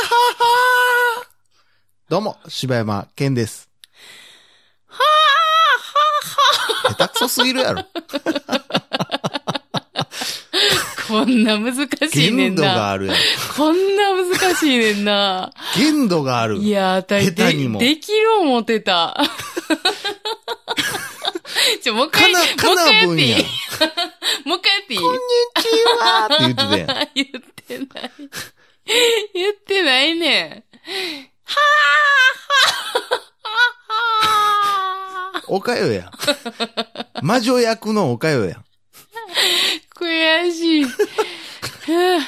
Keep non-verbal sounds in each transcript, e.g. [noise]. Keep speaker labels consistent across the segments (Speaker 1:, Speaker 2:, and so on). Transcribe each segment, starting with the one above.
Speaker 1: は
Speaker 2: どうも、柴山健です。下手くそすぎるやろ。
Speaker 3: こんな難しい
Speaker 2: 限
Speaker 3: ねん
Speaker 2: 度が
Speaker 3: な。
Speaker 2: あるやろ。
Speaker 3: こんな難しいねんな。
Speaker 2: 限度がある。
Speaker 3: いやー、あたい
Speaker 2: 下手に
Speaker 3: で
Speaker 2: も
Speaker 3: できる思っ
Speaker 2: [laughs]
Speaker 3: てた。ちょ、もう一
Speaker 2: か
Speaker 3: 回、
Speaker 2: な
Speaker 3: もう、
Speaker 2: か
Speaker 3: 一
Speaker 2: な
Speaker 3: 回やっ
Speaker 2: 分
Speaker 3: ていい
Speaker 2: や。こんに
Speaker 3: もう一回やっていい
Speaker 2: ちはって言ってたやん。
Speaker 3: [laughs] 言ってない。言ってないねん。はぁはぁはぁはぁ
Speaker 2: おかよや。魔女役のおかよや。
Speaker 3: 悔しい。ふぅ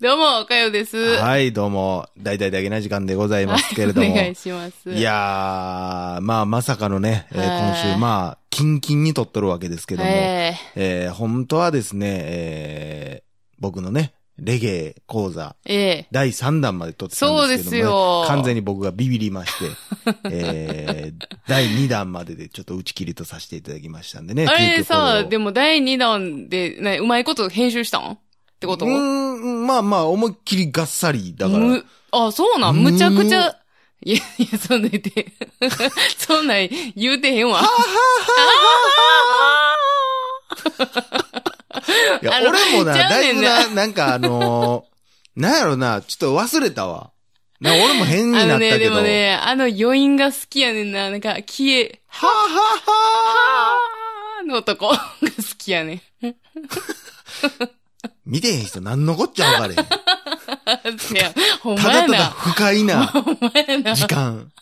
Speaker 3: どうも、おかよです。
Speaker 2: はい、どうも、大々だけな時間でございますけれども。
Speaker 3: お願いします。
Speaker 2: いやー、まあまさかのね、えー
Speaker 3: はい
Speaker 2: 今週、まあ、キンキンに撮っとるわけですけども、え
Speaker 3: え
Speaker 2: ー本当はですね、えー僕のね、レゲエ講座、
Speaker 3: ええ
Speaker 2: 第3弾まで撮ってたんですけども、
Speaker 3: そうですよ
Speaker 2: ね、完全に僕がビビりまして、 [laughs] えー第2弾まででちょっと打ち切りとさせていただきましたんでね。
Speaker 3: えあれさ、で
Speaker 2: も、
Speaker 3: も第2弾で、ね、うまいこと編集したんってこと
Speaker 2: うーん、まあまあ、思いっきりがっさり、だ [laughs] から、
Speaker 3: む、あ、そうなんむちゃくちゃ、いや、いや、そんなん言って、 [laughs] そんなん言うてへんわ。
Speaker 2: いや
Speaker 3: あの
Speaker 2: 俺もな、
Speaker 3: ちゃう
Speaker 2: だ
Speaker 3: ね
Speaker 2: い
Speaker 3: ん
Speaker 2: ぶ
Speaker 3: な
Speaker 2: な、なんかあのーなんやろな、ちょっと忘れたわ。な俺も変にな
Speaker 3: あ
Speaker 2: った
Speaker 3: の
Speaker 2: けど。
Speaker 3: ね、でもね、あの余韻が好きやねんな。なんか、消え、
Speaker 2: はあはあはあ
Speaker 3: あーのとこが [laughs] 好きや
Speaker 2: [laughs]
Speaker 3: ねん。
Speaker 2: 見てへん人何のこっちゃわかれへん。た
Speaker 3: いや、ほんま
Speaker 2: だ
Speaker 3: や
Speaker 2: ただ
Speaker 3: な。
Speaker 2: 不快
Speaker 3: [laughs]
Speaker 2: な
Speaker 3: ほんまやな。
Speaker 2: 時間。 [laughs]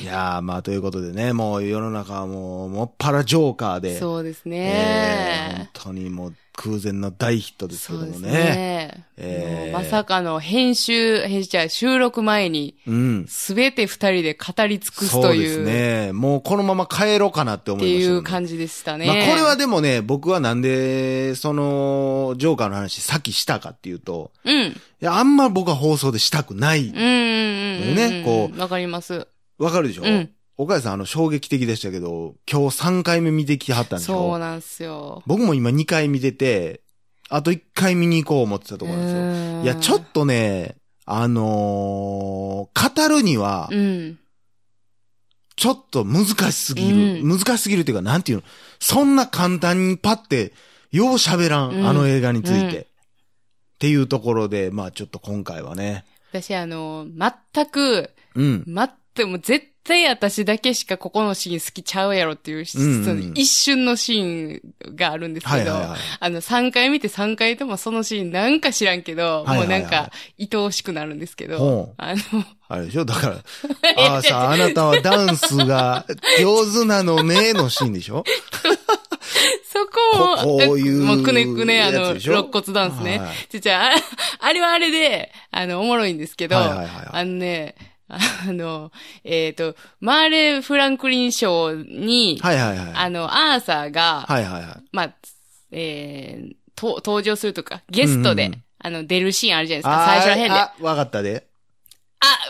Speaker 2: いやー、まあということでね、もう世の中はもう、もっぱらジョーカーで。
Speaker 3: そうです
Speaker 2: えー
Speaker 3: ね。
Speaker 2: 本当にもう空前の大ヒットですけ
Speaker 3: そ
Speaker 2: ど
Speaker 3: う
Speaker 2: もね。
Speaker 3: ですね。
Speaker 2: えー
Speaker 3: もうまさかの編集、編集じゃない収録前に、
Speaker 2: うん。
Speaker 3: すべて二人で語り尽くす
Speaker 2: そ
Speaker 3: と
Speaker 2: う
Speaker 3: い
Speaker 2: で
Speaker 3: う。
Speaker 2: すね。もうこのまま帰ろうかなって
Speaker 3: っ
Speaker 2: 思
Speaker 3: て
Speaker 2: いまし
Speaker 3: い
Speaker 2: た、ね。
Speaker 3: う感じでしたね。
Speaker 2: まあこれは、でもね、僕はなんで、その、ジョーカーの話さっきしたかっていうと、
Speaker 3: うん。うん
Speaker 2: いや、あんま僕は放送でしたくない。
Speaker 3: うんうん。
Speaker 2: ねこう
Speaker 3: わかります。
Speaker 2: わかるでしょ
Speaker 3: うん。
Speaker 2: 岡谷さん、あの、衝撃的でしたけど、今日3回目見てきはったんでし
Speaker 3: そう
Speaker 2: ょ
Speaker 3: なんですよ。
Speaker 2: 僕も今2回見てて、あと1回見に行こう思ってたところなんです
Speaker 3: う
Speaker 2: よ。
Speaker 3: ん
Speaker 2: いや、ちょっ。とね、あのー語るには
Speaker 3: う、ん。
Speaker 2: ちょっと難しすぎる。
Speaker 3: うん
Speaker 2: 難しすぎるっていうか、なんていうのそんな簡単にパって、よう喋らん、
Speaker 3: うん
Speaker 2: あの映画について。
Speaker 3: うん
Speaker 2: っていうところで、まあちょっと今回はね。
Speaker 3: 私、あの、全く、
Speaker 2: うん。
Speaker 3: 待って、もう絶対私だけしかここのシーン好きちゃうやろっていう、その
Speaker 2: うんうん
Speaker 3: 一瞬のシーンがあるんです
Speaker 2: はい
Speaker 3: け
Speaker 2: は
Speaker 3: ど、
Speaker 2: いはい。
Speaker 3: あの、3回見て3回ともそのシーンなんか知らんけど、
Speaker 2: はいはいはい
Speaker 3: もうなんか、愛おしくなるんですけど、
Speaker 2: ほう。
Speaker 3: あの、
Speaker 2: あれでしょだ
Speaker 3: [laughs]
Speaker 2: から、ああさん、あなたはダンスが [laughs] 上手なのね、のシーンでしょ
Speaker 3: そこも、
Speaker 2: ここういう
Speaker 3: もうくねくね、あ
Speaker 2: やつ
Speaker 3: の、
Speaker 2: でしょ
Speaker 3: 肋骨ダンスね。
Speaker 2: はい
Speaker 3: ちっちゃい、あれあれはあれで、あの、おもろいんですけど、
Speaker 2: はいはいは
Speaker 3: あ
Speaker 2: い。
Speaker 3: のね、 [laughs] あの、えっ、と、マーレー・フランクリン賞に、
Speaker 2: はいはいはい。
Speaker 3: あの、アーサーが、
Speaker 2: はいはいはい。
Speaker 3: まあ、えーと、登場するとか、ゲストで、
Speaker 2: うんうん
Speaker 3: あの、出るシーンあるじゃないですか、最初ら辺で。あ
Speaker 2: あ、わかったで。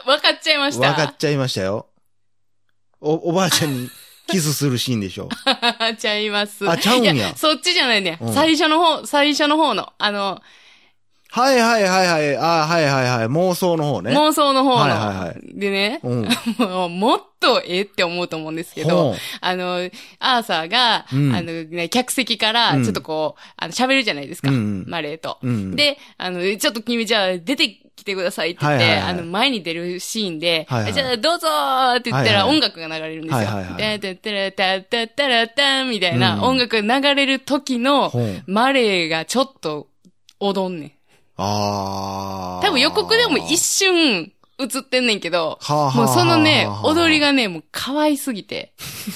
Speaker 3: わかっちゃいまし。
Speaker 2: わかったちゃいましたよ。お、おばあちゃんにキスするシーンでしょ
Speaker 3: [laughs] ちゃいます。
Speaker 2: あちゃうんや
Speaker 3: いそっちじゃないね、
Speaker 2: うん
Speaker 3: 最初の方、最初の方の、あの、
Speaker 2: はいはいはいはい。あはいはいはい。妄想の方ね。
Speaker 3: 妄想の方の、
Speaker 2: はいはいは
Speaker 3: でね、
Speaker 2: うん。
Speaker 3: もうもっとええって思うと思うんですけ
Speaker 2: ほ
Speaker 3: ど、
Speaker 2: う
Speaker 3: あの、アーサーが、
Speaker 2: うん
Speaker 3: あの、ね、客席か
Speaker 2: う
Speaker 3: ら、
Speaker 2: ん
Speaker 3: ちょっとこう、あの、喋るじゃないですか、
Speaker 2: うんうん
Speaker 3: マレーと。
Speaker 2: うん。、
Speaker 3: で、あの、ちょっと君じゃあ出てきてくださいって言って、
Speaker 2: はいはいはい
Speaker 3: あの、前に出るシーンで、
Speaker 2: はいはい
Speaker 3: じゃあどうぞーって言っ
Speaker 2: は
Speaker 3: た
Speaker 2: い
Speaker 3: ら
Speaker 2: はい
Speaker 3: 音楽が流れるんですよ。
Speaker 2: はいはいはい
Speaker 3: ででででででででみたい
Speaker 2: うん
Speaker 3: な音楽が流れる時の、
Speaker 2: ほう
Speaker 3: マレーがちょっと、おどんねん。
Speaker 2: あー
Speaker 3: 多分予告でも一瞬映ってんねんけど、
Speaker 2: はあはあはあ
Speaker 3: もうそのね
Speaker 2: はあは、あ
Speaker 3: 踊りがね、もう可愛す
Speaker 2: [laughs]
Speaker 3: ぎて、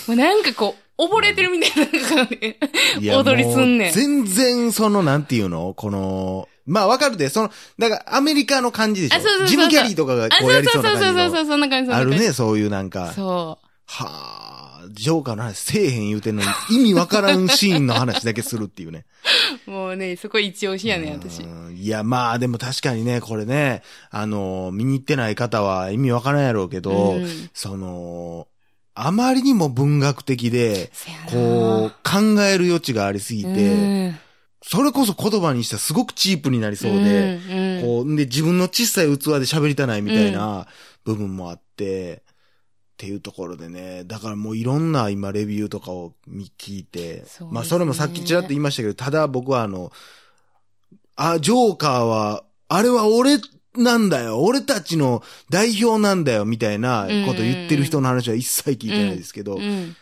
Speaker 3: もうなんかこう、溺れてるみたいななんかね、
Speaker 2: いや
Speaker 3: 踊りすんね
Speaker 2: も
Speaker 3: ん
Speaker 2: う全然、その、なんていうのこの、まあわかるで、その、だからアメリカの感じでしょ
Speaker 3: あそうそうそう
Speaker 2: ジム・キャリーとかが
Speaker 3: あ、
Speaker 2: こ
Speaker 3: そう
Speaker 2: や
Speaker 3: う
Speaker 2: りそ
Speaker 3: そうう
Speaker 2: な
Speaker 3: そうそ
Speaker 2: 感じ
Speaker 3: うそうそう、そんな感じ、
Speaker 2: の。
Speaker 3: そ
Speaker 2: あ
Speaker 3: ん
Speaker 2: る
Speaker 3: な感じ。
Speaker 2: ね、そういうなんか。
Speaker 3: そ
Speaker 2: はあ、ジョーカーの話せえへん言うてんのに、意味わからんシーンの話だけするっていう
Speaker 3: [laughs]
Speaker 2: ね。
Speaker 3: う。もうね、そこ一押しやねん、私。
Speaker 2: うんいや、まあでも確かにね、これね、あの、見に行ってない方は意味わからんやろうけど、
Speaker 3: うん
Speaker 2: その、あまりにも文学的で、
Speaker 3: せやな
Speaker 2: こう、考える余地がありすぎて、
Speaker 3: うん
Speaker 2: それこそ言葉にしたらすごくチープになりそうで、
Speaker 3: ん
Speaker 2: こう、んで、自分の小さい器で喋りたないみたいな部分もあって、っていうところでね、だからもういろんな今レビューとかを見聞いて、
Speaker 3: そうですね
Speaker 2: まあそれもさっきちらっと言いましたけど、ただ僕はあの、あ、ジョーカーは、あれは俺なんだよ、俺たちの代表なんだよ、みたいなこと言ってる人の話は一切聞いてないですけど、
Speaker 3: うん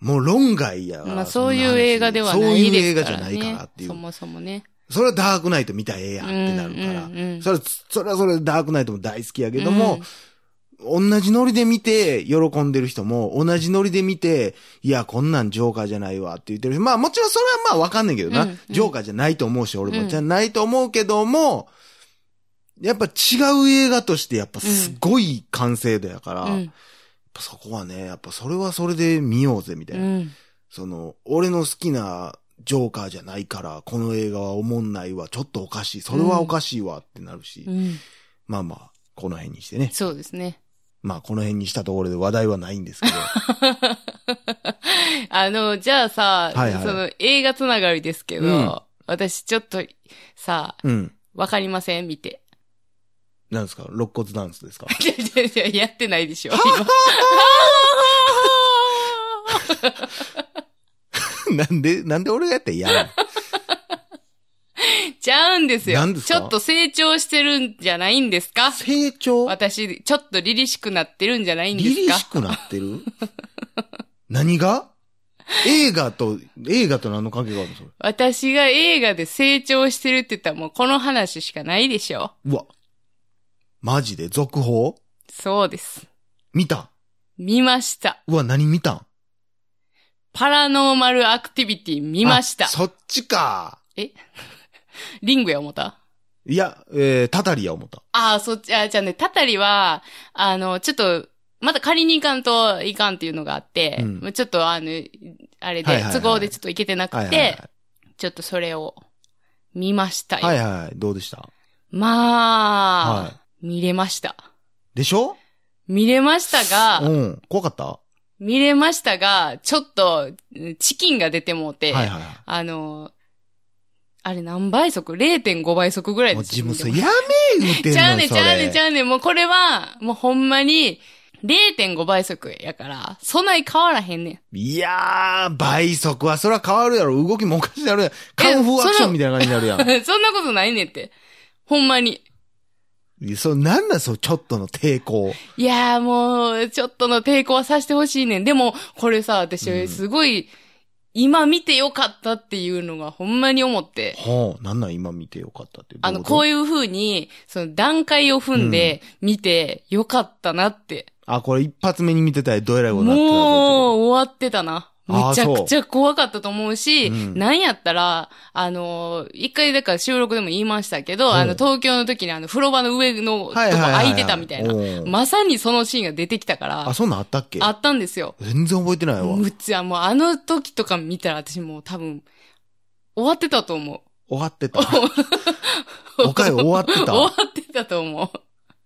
Speaker 2: もう論外やから
Speaker 3: まあ
Speaker 2: ん
Speaker 3: そう
Speaker 2: な話
Speaker 3: いう映画ではないですからね。
Speaker 2: そういう映画じゃないからっていう
Speaker 3: そ。もそもね。
Speaker 2: それはダークナイト見たらええやんってなるから。
Speaker 3: うんうんうん
Speaker 2: それは、それはそれでダークナイトも大好きやけども、同じノリで見て喜んでる人も、同じノリで見て、いや、こんなんジョーカーじゃないわって言ってる人、まあもちろんそれはまあわかんないけどな、
Speaker 3: うんうん
Speaker 2: ジョーカーじゃないと思うし、俺も、
Speaker 3: うん
Speaker 2: じゃないと思うけども、やっぱ違う映画としてやっぱすごい完成度やから、
Speaker 3: うん
Speaker 2: やっぱそこはね、やっぱそれはそれで見ようぜみたいな。
Speaker 3: うん
Speaker 2: その、俺の好きなジョーカーじゃないから、この映画はおもんないわ、ちょっとおかしい、それはおかしいわってなるし、
Speaker 3: うん
Speaker 2: まあまあ、この辺にしてね。
Speaker 3: そうですね。
Speaker 2: まあ、この辺にしたところで話題はないんです [laughs] けど。
Speaker 3: [laughs] あの、じゃあさ、
Speaker 2: はいはい
Speaker 3: その映画つながりですけど、
Speaker 2: うん
Speaker 3: 私ちょっとさ、
Speaker 2: うん。
Speaker 3: わかりません見て。 [laughs]
Speaker 2: なんですか肋骨ダンスですか
Speaker 3: いやいやいややってないでしょ。
Speaker 2: [laughs] なんで、なんで俺がやったら嫌なの
Speaker 3: 今ちゃうんですよ
Speaker 2: 何です
Speaker 3: ち
Speaker 2: か
Speaker 3: ょっと成長してるんじゃないんですか
Speaker 2: [laughs] 成長
Speaker 3: 私、ちょっと凛々しくなってるんじゃないんで
Speaker 2: 凛
Speaker 3: す
Speaker 2: 々
Speaker 3: か
Speaker 2: しくなってる何が映画と、映画と何の関係があるのそれ。
Speaker 3: 私が映画で成長してるって言ったらもうこの話しかないでしょ。
Speaker 2: うわ。マジで続報
Speaker 3: そうです。
Speaker 2: 見た
Speaker 3: 見ました。
Speaker 2: うわ、何見たん
Speaker 3: パラノーマルアクティビティ見ました
Speaker 2: あ。そっちか。
Speaker 3: リングや思った
Speaker 2: いや、えー、タタリや思った。
Speaker 3: ああ、そっち、あーじゃあね、たたりは、あの、ちょっと、また借りに行かんといかんっていうのがあって、
Speaker 2: うん
Speaker 3: もうちょっとあの、あれで、
Speaker 2: はいはいはい
Speaker 3: 都合でちょっと行けてなくて、
Speaker 2: はいはいはい。
Speaker 3: ちょっとそれを見ましたよ。
Speaker 2: はいはいはい。どうでした
Speaker 3: まあ、
Speaker 2: は
Speaker 3: 見れました。
Speaker 2: でしょ
Speaker 3: 見れましたが、
Speaker 2: うん。怖かったは
Speaker 3: 見れましたが、ちょっと、うんチキンが出てもうて、
Speaker 2: いはいは
Speaker 3: あの、あれ何倍速 ?0.5 倍速ぐら
Speaker 2: い。
Speaker 3: い
Speaker 2: もう
Speaker 3: です
Speaker 2: 自分
Speaker 3: よ。
Speaker 2: そ
Speaker 3: 見
Speaker 2: れ
Speaker 3: て
Speaker 2: やめ言うてんの
Speaker 3: もちゃうねん
Speaker 2: そ
Speaker 3: ち
Speaker 2: れ
Speaker 3: ゃうねんちゃうねんもうこれは、もうほんまに、0.5倍速やから、そない変わらへんねん。 [laughs]
Speaker 2: いやー、倍速は、それは変わるやろ。動きもおかしなるやん。カンフーアクションみたいな感じになるや
Speaker 3: そんなことないねんって。ほんまに。
Speaker 2: ん。そう、なんなん、そう、ちょっとの抵抗。
Speaker 3: いやーもう、ちょっとの抵抗はさせてほしいねん。でも、これさ、
Speaker 2: う
Speaker 3: 私、
Speaker 2: ん
Speaker 3: すごい、今見てよかったっていうのがほんまに思って。
Speaker 2: ほう、なんなん今見てよかったって。
Speaker 3: あの、こう
Speaker 2: いう。
Speaker 3: いう風に、その段階を踏んで、見てよかったなって。
Speaker 2: あ、これ一発目に見てたらどえらいこ
Speaker 3: も
Speaker 2: とになってたぞ
Speaker 3: う、終わってたな。
Speaker 2: あー
Speaker 3: めちゃくちゃ怖かったと思うし、
Speaker 2: そううん
Speaker 3: なんやったら、あのー、一回だから収録でも言いましたけど、
Speaker 2: うん
Speaker 3: あの、東京の時にあの、風呂場の上のとこ
Speaker 2: はいはいはいはい。
Speaker 3: 空いてたみたいな。
Speaker 2: うん
Speaker 3: まさにそのシーンが出てきたから
Speaker 2: あ、、そんなんあったっけ
Speaker 3: あったんですよ。
Speaker 2: 全然覚えてないわ。
Speaker 3: むっちゃ、もうあの時とか見たら私もう多分、終わってたと思
Speaker 2: 終わって
Speaker 3: [laughs]
Speaker 2: た。
Speaker 3: う。
Speaker 2: おかよ終わってた
Speaker 3: 終わってたと思う。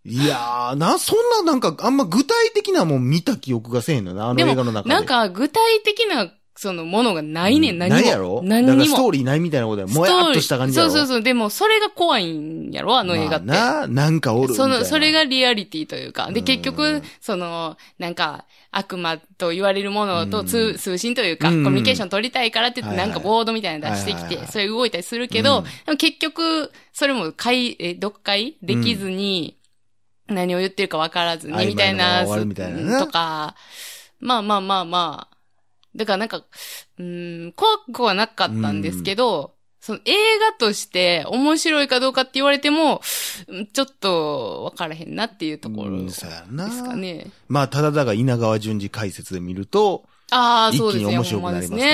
Speaker 2: いやー、な、そんななんか、あんま具体的なもん見た記憶がせえへんのな、あの
Speaker 3: でも
Speaker 2: 映画の中で。
Speaker 3: なんか、具体的な、その、ものがないねん、何も。
Speaker 2: ないやろ
Speaker 3: 何
Speaker 2: だ
Speaker 3: に
Speaker 2: からス
Speaker 3: も。
Speaker 2: トーリーないみたいなことや。もやっとした感じやろ
Speaker 3: そうそうそう。でも、それが怖いんやろあ
Speaker 2: あ
Speaker 3: の映画って。
Speaker 2: な、なんかおるみた
Speaker 3: そ
Speaker 2: いな。
Speaker 3: の、それがリアリティというか。
Speaker 2: う
Speaker 3: で、
Speaker 2: ん
Speaker 3: 結局、その、なんか、悪魔と言われるものと
Speaker 2: う
Speaker 3: 通
Speaker 2: ん
Speaker 3: 通信というか、
Speaker 2: うん
Speaker 3: コミュニケーション取りたいからって言っ
Speaker 2: は
Speaker 3: て、
Speaker 2: いは
Speaker 3: ないんかボードみたいなの出して
Speaker 2: は
Speaker 3: き
Speaker 2: いはいは
Speaker 3: て、
Speaker 2: い
Speaker 3: それ動いたりするけ
Speaker 2: う
Speaker 3: ど
Speaker 2: ん、
Speaker 3: でも結局、それも解、え、読解できずに、何を言ってるか分からずに、みたいな、
Speaker 2: 曖昧なまま終わるみたいなね
Speaker 3: とか、まあまあまあまあ。だからなんか、うん、怖くはなかったんですけど、その映画として面白いかどうかって言われても、うんちょっと分からへんなっていうところ
Speaker 2: うん
Speaker 3: です
Speaker 2: そうやな。
Speaker 3: かね。
Speaker 2: まあ、ただだが稲川淳二解説で見ると、
Speaker 3: ああ、そうです
Speaker 2: 一気に
Speaker 3: ね。
Speaker 2: 面
Speaker 3: ほ
Speaker 2: 白
Speaker 3: ん
Speaker 2: く
Speaker 3: ま
Speaker 2: な
Speaker 3: で
Speaker 2: りますね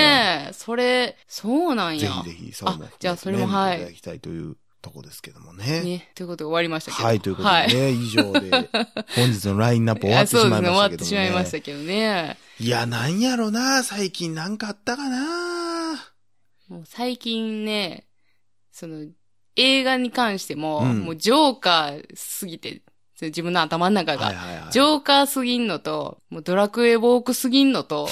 Speaker 3: ね。それ、そうなん
Speaker 2: ぜ
Speaker 3: や。
Speaker 2: ひぜひ、そうも含めてね、
Speaker 3: じゃあそれもは
Speaker 2: 見
Speaker 3: い
Speaker 2: ていただきたいというとこですけどもね。
Speaker 3: ね。ということで終わりましたけど。
Speaker 2: はい、ということ
Speaker 3: は
Speaker 2: でね、以上
Speaker 3: [laughs]
Speaker 2: で、本日のラインナップ終わ
Speaker 3: あ
Speaker 2: ってし
Speaker 3: そうで
Speaker 2: ますい
Speaker 3: ね。
Speaker 2: まし
Speaker 3: 終わ
Speaker 2: た
Speaker 3: っ
Speaker 2: け
Speaker 3: て
Speaker 2: どもね。
Speaker 3: しまいましたけどね。
Speaker 2: いや、なんやろな、最近なんかあったかな。
Speaker 3: もう最近ね、その、映画に関しても、
Speaker 2: うん
Speaker 3: もうジョーカーすぎて、その自分の頭の中が、
Speaker 2: はいはいはい。
Speaker 3: ジョーカーすぎんのと、もうドラクエウォークすぎんのと、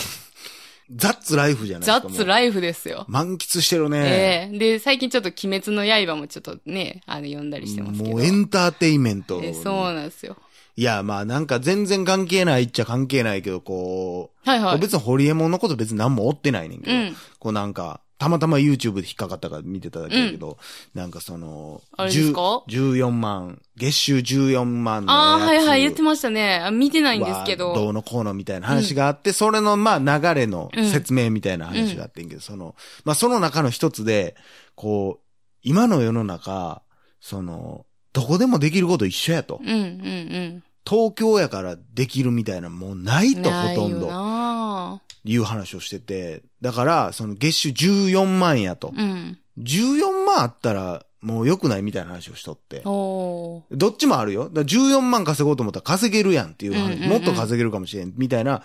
Speaker 2: ザッツライフじゃないで
Speaker 3: ザ
Speaker 2: すか。
Speaker 3: ッツ
Speaker 2: イ
Speaker 3: ライフですよ。
Speaker 2: フ。満喫してるね。
Speaker 3: ええで、最近ちょっと鬼滅の刃もちょっとね、あの、読んだりしてますけど。
Speaker 2: もうエンターテイメント。
Speaker 3: ええそうなんですよ。
Speaker 2: いや、まあなんか全然関係ないっちゃ関係ないけど、こ、
Speaker 3: はいうはい。
Speaker 2: 別にホリエモンのこと別に何も追ってないねんけ
Speaker 3: う
Speaker 2: ど、
Speaker 3: ん。
Speaker 2: こうなんか、たまたま YouTube で引っかかったから見てただけだけど、なんかその、
Speaker 3: あれですか
Speaker 2: 10 14万、月収14万の
Speaker 3: ああ、は
Speaker 2: や
Speaker 3: い
Speaker 2: つ
Speaker 3: はい、言ってましたね。あ見てないんですけ
Speaker 2: はどう
Speaker 3: ど。
Speaker 2: のこうのみたいな話があって、それのまあ流れの説明みたいな話があってんけど、その、まあその中の一つで、こう、今の世の中、その、どこでもできること一緒やと
Speaker 3: う。ん、うん、うん。
Speaker 2: 東京やからできるみたいなもうないとほとん
Speaker 3: ないよ
Speaker 2: ど
Speaker 3: な
Speaker 2: いう話をしてて、だから、その月収14万やと。
Speaker 3: ぁうん。
Speaker 2: 14万あったらもう良くないみたいな話をしとって。
Speaker 3: おー。
Speaker 2: どっちもあるよ。だから14万稼ごうと思ったら稼げるやんっていう話、
Speaker 3: うんうんうん
Speaker 2: もっと稼げるかもしれん、みたいな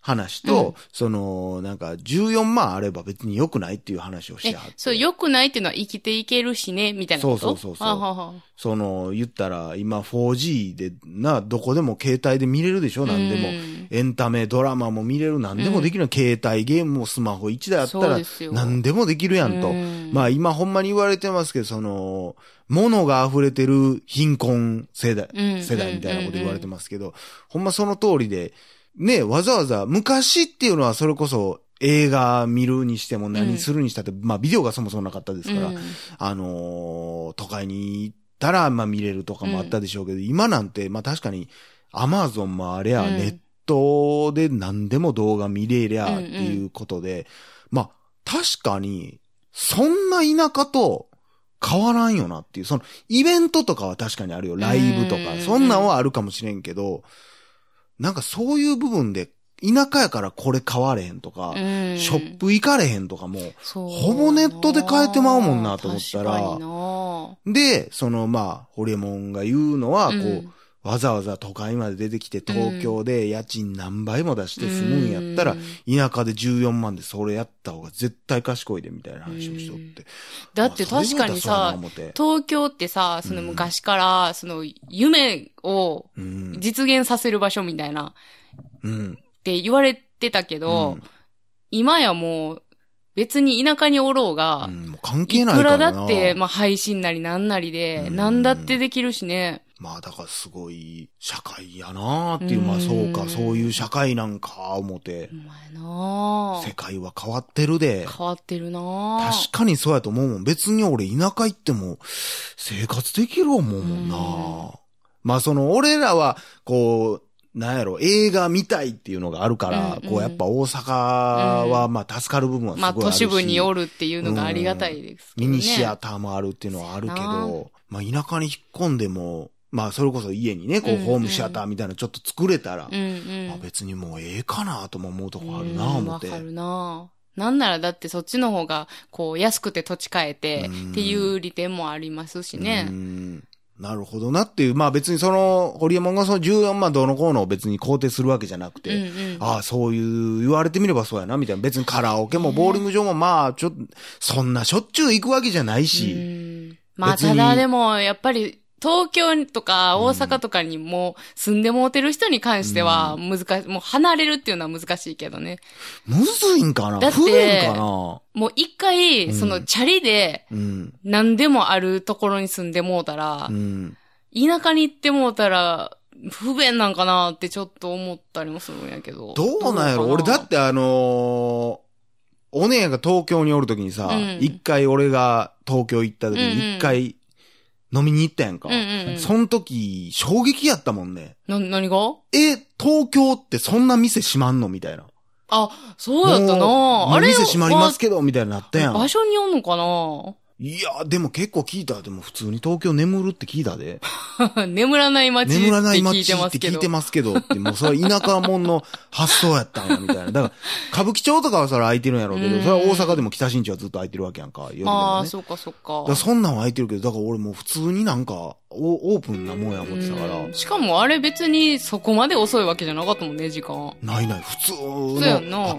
Speaker 2: 話と、
Speaker 3: うん
Speaker 2: その、なんか、14万あれば別に良くないっていう話をし
Speaker 3: え
Speaker 2: てはって。、
Speaker 3: そう、良くないっていうのは生きていけるしね、みたいなこと
Speaker 2: そうそうそうそう
Speaker 3: あはは
Speaker 2: その、言ったら、今 4G で、な、どこでも携帯で見れるでしょ何でも。
Speaker 3: うん
Speaker 2: エンタメ、ドラマも見れる、何でもできる、携帯ゲームもスマホ1台あった
Speaker 3: そう
Speaker 2: ら
Speaker 3: です、よ
Speaker 2: 何でもできるやんと。
Speaker 3: うん
Speaker 2: まあ今ほんまに言われてますけど、その、物が溢れてる貧困世代、
Speaker 3: うん
Speaker 2: 世代みたいなこと言われてますけど、ほんまその通りで、ね、わざわざ昔っていうのはそれこそ映画見るにしても何するにしたって、まあビデオがそもそもなかったですから、
Speaker 3: うん
Speaker 2: あのー都会に行ったら、まあ見れるとかもあったでしょうけど、今なんて、まあ確かに、アマゾンもありゃ、
Speaker 3: うん
Speaker 2: ネットで何でも動画見れりゃっていうことで、まあ確かに、そんな田舎と変わらんよなっていう、そのイベントとかは確かにあるよ、ライブとか、
Speaker 3: うん
Speaker 2: そんなんはあるかもしれんけど、なんかそういう部分で、田舎やからこれ買われへんとか、
Speaker 3: うん
Speaker 2: ショップ行かれへんとかも、
Speaker 3: そう
Speaker 2: ほぼネットで買えてまうもんなと思ったら
Speaker 3: 確かにな
Speaker 2: で、そのまあ、ホリエモンが言うのは、こう、
Speaker 3: うん
Speaker 2: わざわざ都会まで出てきて東京で家賃何倍も出して住むんやったら、
Speaker 3: うん
Speaker 2: 田舎で14万でそれやった方が絶対賢いでみたいな話をしとって。
Speaker 3: だって確か
Speaker 2: あそれもや
Speaker 3: にさ、
Speaker 2: ったらそうやな思て
Speaker 3: 東京ってさ、その昔から、その夢を
Speaker 2: うん。
Speaker 3: 実現させる場所みたいな
Speaker 2: うん。
Speaker 3: って言われてたけど、今やもう別に田舎におろう
Speaker 2: う
Speaker 3: が、
Speaker 2: ん、もう関係
Speaker 3: い
Speaker 2: ないか
Speaker 3: く
Speaker 2: らな。
Speaker 3: らだって、まあ配信なりなんなりで
Speaker 2: う、ん
Speaker 3: なんだってできるしね。
Speaker 2: まあだからすごい社会やなーっていう、まあ
Speaker 3: うん
Speaker 2: そうか、そういう社会なんか、思って
Speaker 3: お。前な
Speaker 2: 世界は変わってるで。
Speaker 3: 変わってるな
Speaker 2: 確かにそうやと思うもん。別に俺田舎行っても生活できる思うもんな。
Speaker 3: うん
Speaker 2: まあその俺らは、こう、なんやろ、映画見たいっていうのがあるから、
Speaker 3: うんうん
Speaker 2: こうやっぱ大阪はまあ助かる部分はすごい
Speaker 3: ま
Speaker 2: あ
Speaker 3: あ
Speaker 2: るし、
Speaker 3: 都市部におるっていうのがありがたいですけ
Speaker 2: ミ
Speaker 3: どね。
Speaker 2: ニシアターもあるっていうのはあるけ
Speaker 3: そうやな
Speaker 2: ど、まあ田舎に引っ込んでも、まあそれこそ家にね、こう
Speaker 3: うんうん
Speaker 2: ホームシアターみたいなのちょっと作れたら、
Speaker 3: うんうん。
Speaker 2: まあ別にもうええかなとも思うとこあるな、
Speaker 3: うん
Speaker 2: 思って。
Speaker 3: わかるななんならだってそっちの方が、こう、安くて土地買えて
Speaker 2: うん
Speaker 3: っていう利点もありますしね
Speaker 2: う。んなるほどなっていう、まあ別にその、ホリエモンがその14万どうのこうのを別に肯定するわけじゃなく
Speaker 3: うんう
Speaker 2: て、
Speaker 3: ん。
Speaker 2: ああ、そういう、言われてみればそうやな、みたいな。別にカラオケもボーリング場もまあ、ちょっと、そんなしょっちゅう行くわけじゃないし、
Speaker 3: うんまあ、
Speaker 2: 別に
Speaker 3: ただでも、やっぱり、東京とか大阪とかにもう住んでもうてる人に関しては、難し、もう離れるっていうのは難しいけどね。
Speaker 2: むずいんかな
Speaker 3: だって
Speaker 2: 不便かな
Speaker 3: もう一回、その、チャリで、
Speaker 2: うん。
Speaker 3: 何でもあるところに住んでもうたら
Speaker 2: う、ん。
Speaker 3: 田舎に行ってもうたら、不便なんかなってちょっと思ったりもするんやけど。
Speaker 2: どうなんやろ
Speaker 3: ど
Speaker 2: 俺
Speaker 3: かな
Speaker 2: だってあのーお姉が東京におるときにさ
Speaker 3: うん、
Speaker 2: 一、回俺が東京行ったとき
Speaker 3: うんうん
Speaker 2: に一回飲みに行ったやんか。
Speaker 3: うんうんうん
Speaker 2: その時、衝撃やったもんね。
Speaker 3: な、何が
Speaker 2: え、東京ってそんな店閉まんのみたいな。
Speaker 3: あ、そうやった
Speaker 2: もう
Speaker 3: なあれ
Speaker 2: 店閉まりますけど、みたいになったや
Speaker 3: 場
Speaker 2: ん。
Speaker 3: 所によんのか
Speaker 2: いや、でも結構聞いた。でも普通に東京眠るって聞いたで。
Speaker 3: な [laughs] 眠らない街って
Speaker 2: 眠らない
Speaker 3: 聞
Speaker 2: 街っ
Speaker 3: い
Speaker 2: て
Speaker 3: ますけ
Speaker 2: て聞い
Speaker 3: ど
Speaker 2: て。ますけど、って、もうそれは田舎者の発想やったんや、みたいな。だから、歌舞伎町とかはそれ空いてるんやろうけ
Speaker 3: う
Speaker 2: ど、
Speaker 3: ん
Speaker 2: それは大阪でも北新地はずっと空いてるわけやんか、夜で
Speaker 3: あ
Speaker 2: も
Speaker 3: あ、
Speaker 2: ね。
Speaker 3: そうかそう
Speaker 2: だ
Speaker 3: か
Speaker 2: から。そんなんは空いてるけど、だから俺もう普通になんか、おオープンなもんや思ってたから、
Speaker 3: うんしかもあれ別にそこまで遅いわけじゃなかったもんね、時間。
Speaker 2: ないない、普通の。
Speaker 3: そうやんな
Speaker 2: あ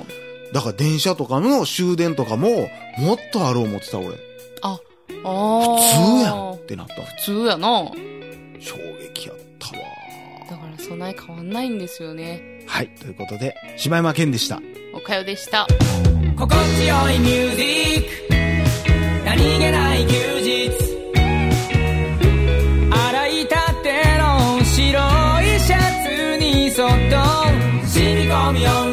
Speaker 2: だから電車とかの終電とかも、もっとある思ってた俺。
Speaker 3: ああ。
Speaker 2: 普通やんってなった。
Speaker 3: 普通やな
Speaker 2: 衝撃やったわ。
Speaker 3: だからそない変わんないんですよね。
Speaker 2: はい、ということで、柴山健でした。
Speaker 3: おかよでした。
Speaker 1: 心地よいミュージック何気ない休日洗いたての白いシャツにそっと染み込むような